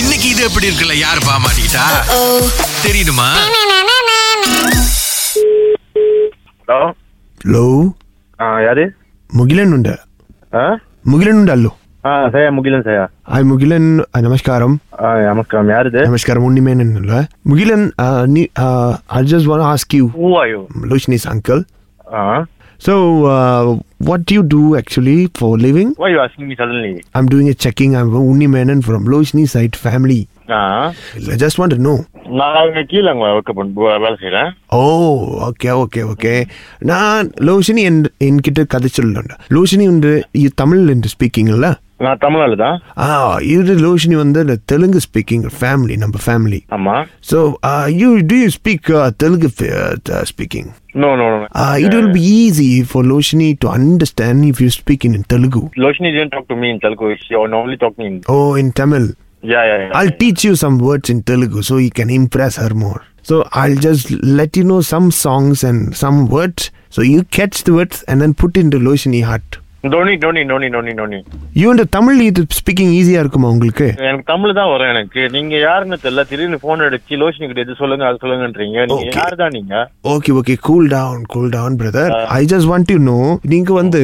இன்னைக்கு இது எப்படி இருக்குல்ல யாரு பாமாட்டா தெரியுமா హలో లో యాది ముగిలన్ ఉండ ముగిలన్ ఉండ అల్లు సయా ముగిలన్ సయా ఆ ముగిలన్ ఆ, నమస్కారం నమస్కారం యారిది నమస్కారం ఉండి మేనన్నుల Mugilan I just want ask you who are you లోచనీస్ uncle so ah, what you do actually for living why you asking me suddenly I'm doing a checking I'm Unni Menon from Loshini side family just want know நாங்க கீழங்க work பண்ண வேலை செய்யறேன் ஓ okay okay okay நான் லோஷினி என் என்கிட்ட கதை சொல்லணும்டா லோஷினி வந்து இது தமிழ் என்று ஸ்பீக்கிங்ல நான் தமிழ்நாடு தான் ஆ இது லோஷினி வந்து இந்த தெலுங்கு ஸ்பீக்கிங் ஃபேமிலி நம்ம ஃபேமிலி ஆமா so you do you speak Telugu speaking no no no it Uh, will be easy for Loshini to understand if you speak in Telugu Loshni didn't talk to me in Telugu. She only talked in oh in Tamil yeah, yeah, yeah. I'll teach you some words in Telugu so you can impress her more. So I'll just let you know some songs and some words. So you catch the words and then put into Loshini heart. don't need, don't need, don't need, don't need, don't need. You இந்த தமிழ் இது speaking ஈஸியாக இருக்குமா உங்களுக்கு எனக்கு தமிழ் தான் வரும் எனக்கு நீங்க யாருன்னு தெரியல திடீர்னு போன் அடிச்சு லோஷினி கிட்ட இது சொல்லுங்க அது சொல்லுங்கன்றீங்க நீங்க Okay. யார் தான் நீங்க okay okay cool down cool down brother I just want you know நீங்கள் வந்து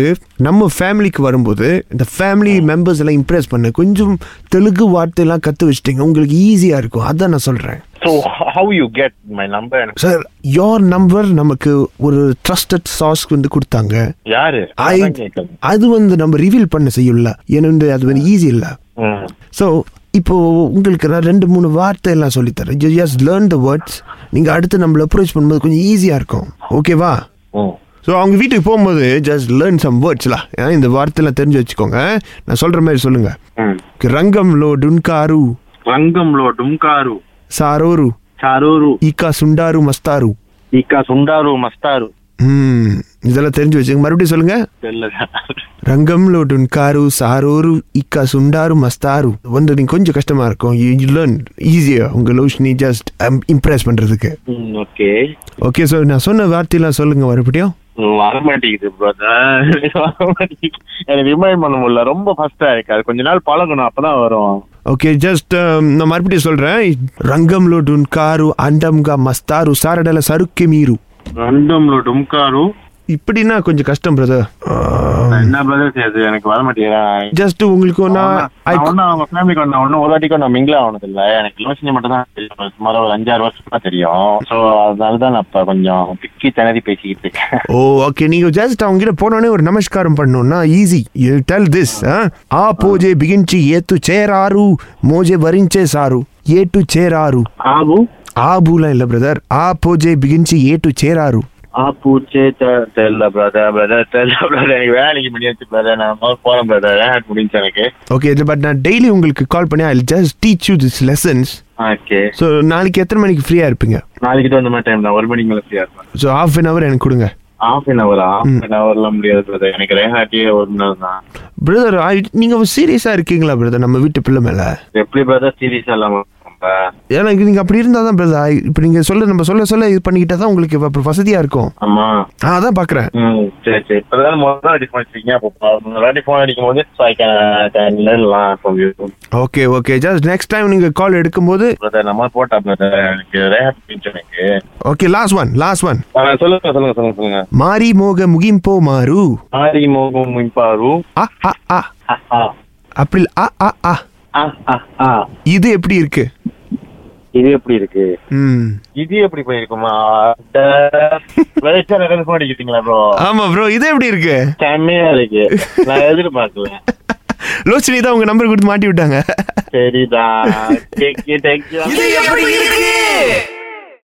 நம்ம ஃபேமிலிக்கு வரும்போது இந்த ஃபேமிலி மெம்பர்ஸ் எல்லாம் இம்ப்ரெஸ் பண்ண கொஞ்சம் தெலுங்கு வார்த்தையெல்லாம் கற்று வச்சிட்டிங்க உங்களுக்கு ஈஸியாக இருக்கும் அதான் நான் சொல்கிறேன் so how you get my number எனக்கு சார் யோர் நம்பர் நமக்கு ஒரு ட்ரஸ்டட் சாஸ்க்கு வந்து கொடுத்தாங்க யாரு ஐ அதான் கேட்கணும். அது வந்து நம்ம ரிவீல் பண்ண செய்யும்ல ஏன்னா வந்து அது வந்து ஈஸி இல்ல ம். ஸோ இப்போ உங்களுக்கு நான் ரெண்டு மூணு வார்த்தை எல்லாம் சொல்லித்தரேன் you just learn the words நீங்கள் அடுத்து நம்மளை அப்ரோச் பண்ணும்போது கொஞ்சம் ஈஸியாக இருக்கும் ஓகேவா ம். ஸோ அவங்க வீட்டுக்கு போகும்போது ஜஸ்ட் லேர்ன் சம் வேர்ட்ஸ்லாம் ஏன் இந்த வார்த்தையெல்லாம் தெரிஞ்சு வச்சுக்கோங்க நான் சொல்கிற மாதிரி ம். சொல்லுங்கள் ரங்கம்லோ டுன்காரு రంగంలో డుంకారు சாரோரு చారూరు ஈக்கா சுண்டாரு மஸ்தாரு ఇక సుండారు మస్తారు ம் இதெல்லாம் தெரிஞ்சு வச்சுக்கோங்க மறுபடியும் சொல்லுங்கள் తెల్లగా రంగంలో డున్కారు సారోరు ఇక్క సుండారు మస్తారు வந்து நீங்க கொஞ்சம் கஷ்டமா இருக்கும் யூ லேர்ன் ஈஸியா உங்க லோஷினி ஜஸ்ட் இம்ப்ரெஸ் um, பண்றதுக்கு ఓకే ஓகே ஸோ நான் சொன்ன வார்த்தையெல்லாம் சொல்லுங்க மறுபடியும் నువ్వు అరమాటికి எனக்கு ரிமைண்ட் பண்ண முடியல ரொம்ப ஃபர்ஸ்டா இருக்காது கொஞ்ச நாள் பழகணும் அப்பதான் வரும் ஓகே ஜஸ்ட் um, நான் மறுபடியும் சொல்றேன் రంగంలో డున్కారు అండంగా మస్తారు సారడల సరుక్కి మీరు ரெண்டும்ல டும்காரு இப்படின்னா கொஞ்சம் கஷ்டம் பிரதர் என்ன பிரதர் செய்யுது எனக்கு வர மாட்டேங்கிறா ஜஸ்ட் உங்களுக்கு நான் I- ஒன்னும் அவங்க ஃபேமிலிக்கு ஒன்னும் ஒன்னும் ஒரு வாட்டிக்கும் நான் மிங்கிள் ஆனது இல்ல எனக்கு யோசனை மட்டும் தான் தெரியும் சுமார் ஒரு அஞ்சாறு வருஷமா தெரியும் சோ அதனால தான் நான் இப்ப கொஞ்சம் பிக்கி திணறி பேசிக்கிட்டு இருக்கேன் ஓ ஓகே நீங்க ஜஸ்ட் அவங்க கிட்ட போனோடனே ஒரு நமஸ்காரம் பண்ணணும்னா ஈஸி யூ டெல் திஸ் ஆ போஜே பிகின்ச்சி ஏத்து சேராரு மோஜே வரிஞ்சே சாரு ஏட்டு சேராரு ஆகு ஆபூலாம் இல்லை பிரதர் ஆ போஜே பிகின்ச்சி ஏட்டு சேராரு ஆப்பூச்சே தெரியல பிரதர் பிரதர் தெரியல பிரதர் எனக்கு வேலைக்கு முடியாச்சு பிரதர் நான் முதல்ல போறேன் பிரதர் முடிஞ்சு எனக்கு ஓகே பட் நான் டெய்லி உங்களுக்கு கால் பண்ணி I just teach you this lessons okay so நாளைக்கு எத்தனை மணிக்கு ஃப்ரீயாக இருப்பீங்க நாளைக்கு வந்து மாதிரி டைம் தான் ஒரு மணிக்கு மேல ஃப்ரீயா இருப்பேன் ஸோ ஹாஃப் அன் ஹவர் எனக்கு கொடுங்க half an hour half an ஹவர்ல முடியாது பிரதர் எனக்கு ரேஹாட்டியே ஒரு மணி நேரம் தான் பிரதர் நீங்கள் சீரியஸாக இருக்கீங்களா பிரதர் நம்ம வீட்டு பிள்ளை மேலே எப்படி பிரதர் சீரியஸ் இல்லாம ஏன்னா நீங்கள் அப்படி இருந்தால் தான் பிரதர் இப்போ நீங்கள் சொல்ல நம்ம சொல்ல சொல்ல இது பண்ணிக்கிட்டா தான் உங்களுக்கு அப்புறம் வசதியாக இருக்கும் ஆமா ஆ, அதான் பார்க்குறேன் ம் சரி சரி இப்பதான் முதல் வாட்டி ஃபோன் அடிச்சிருக்கீங்க அப்போ முதல் வாட்டி ஃபோன் அடிக்கும் போது ஸோ ஐ கேன் லேர்ன்லாம் from you okay okay just next time நீங்கள் கால் எடுக்கும்போது பிரதர் நம்ம போட்டா பிரதர் எனக்கு ரேஹாட் முடிஞ்சு எனக்கு okay last one last one ஆ, சொல்லுங்க சொல்லுங்க சொல்லுங்க சொல்லுங்க மாரி மோக முகிம்போ மாறு ஆரி மோகம் இம்பாரு ஆ ஆ ஆ அப்படி ஆ ஆ ஆ ஆ, ஆ, ஆ. இது எப்படி இருக்கு இது எப்படி இருக்கு ம் இது எப்படி போயிருக்குமா வெளிச்சா நிறைய phone அடிக்கிறீங்களா ப்ரோ ஆமா ப்ரோ இது எப்படி இருக்கு செம்மையா இருக்கு நான் எதிர்பார்க்கல லோச்சனி தான் உங்க நம்பர் கொடுத்து மாட்டி விட்டாங்க சரிதான் Thank you, thank you. எப்படி இருக்கு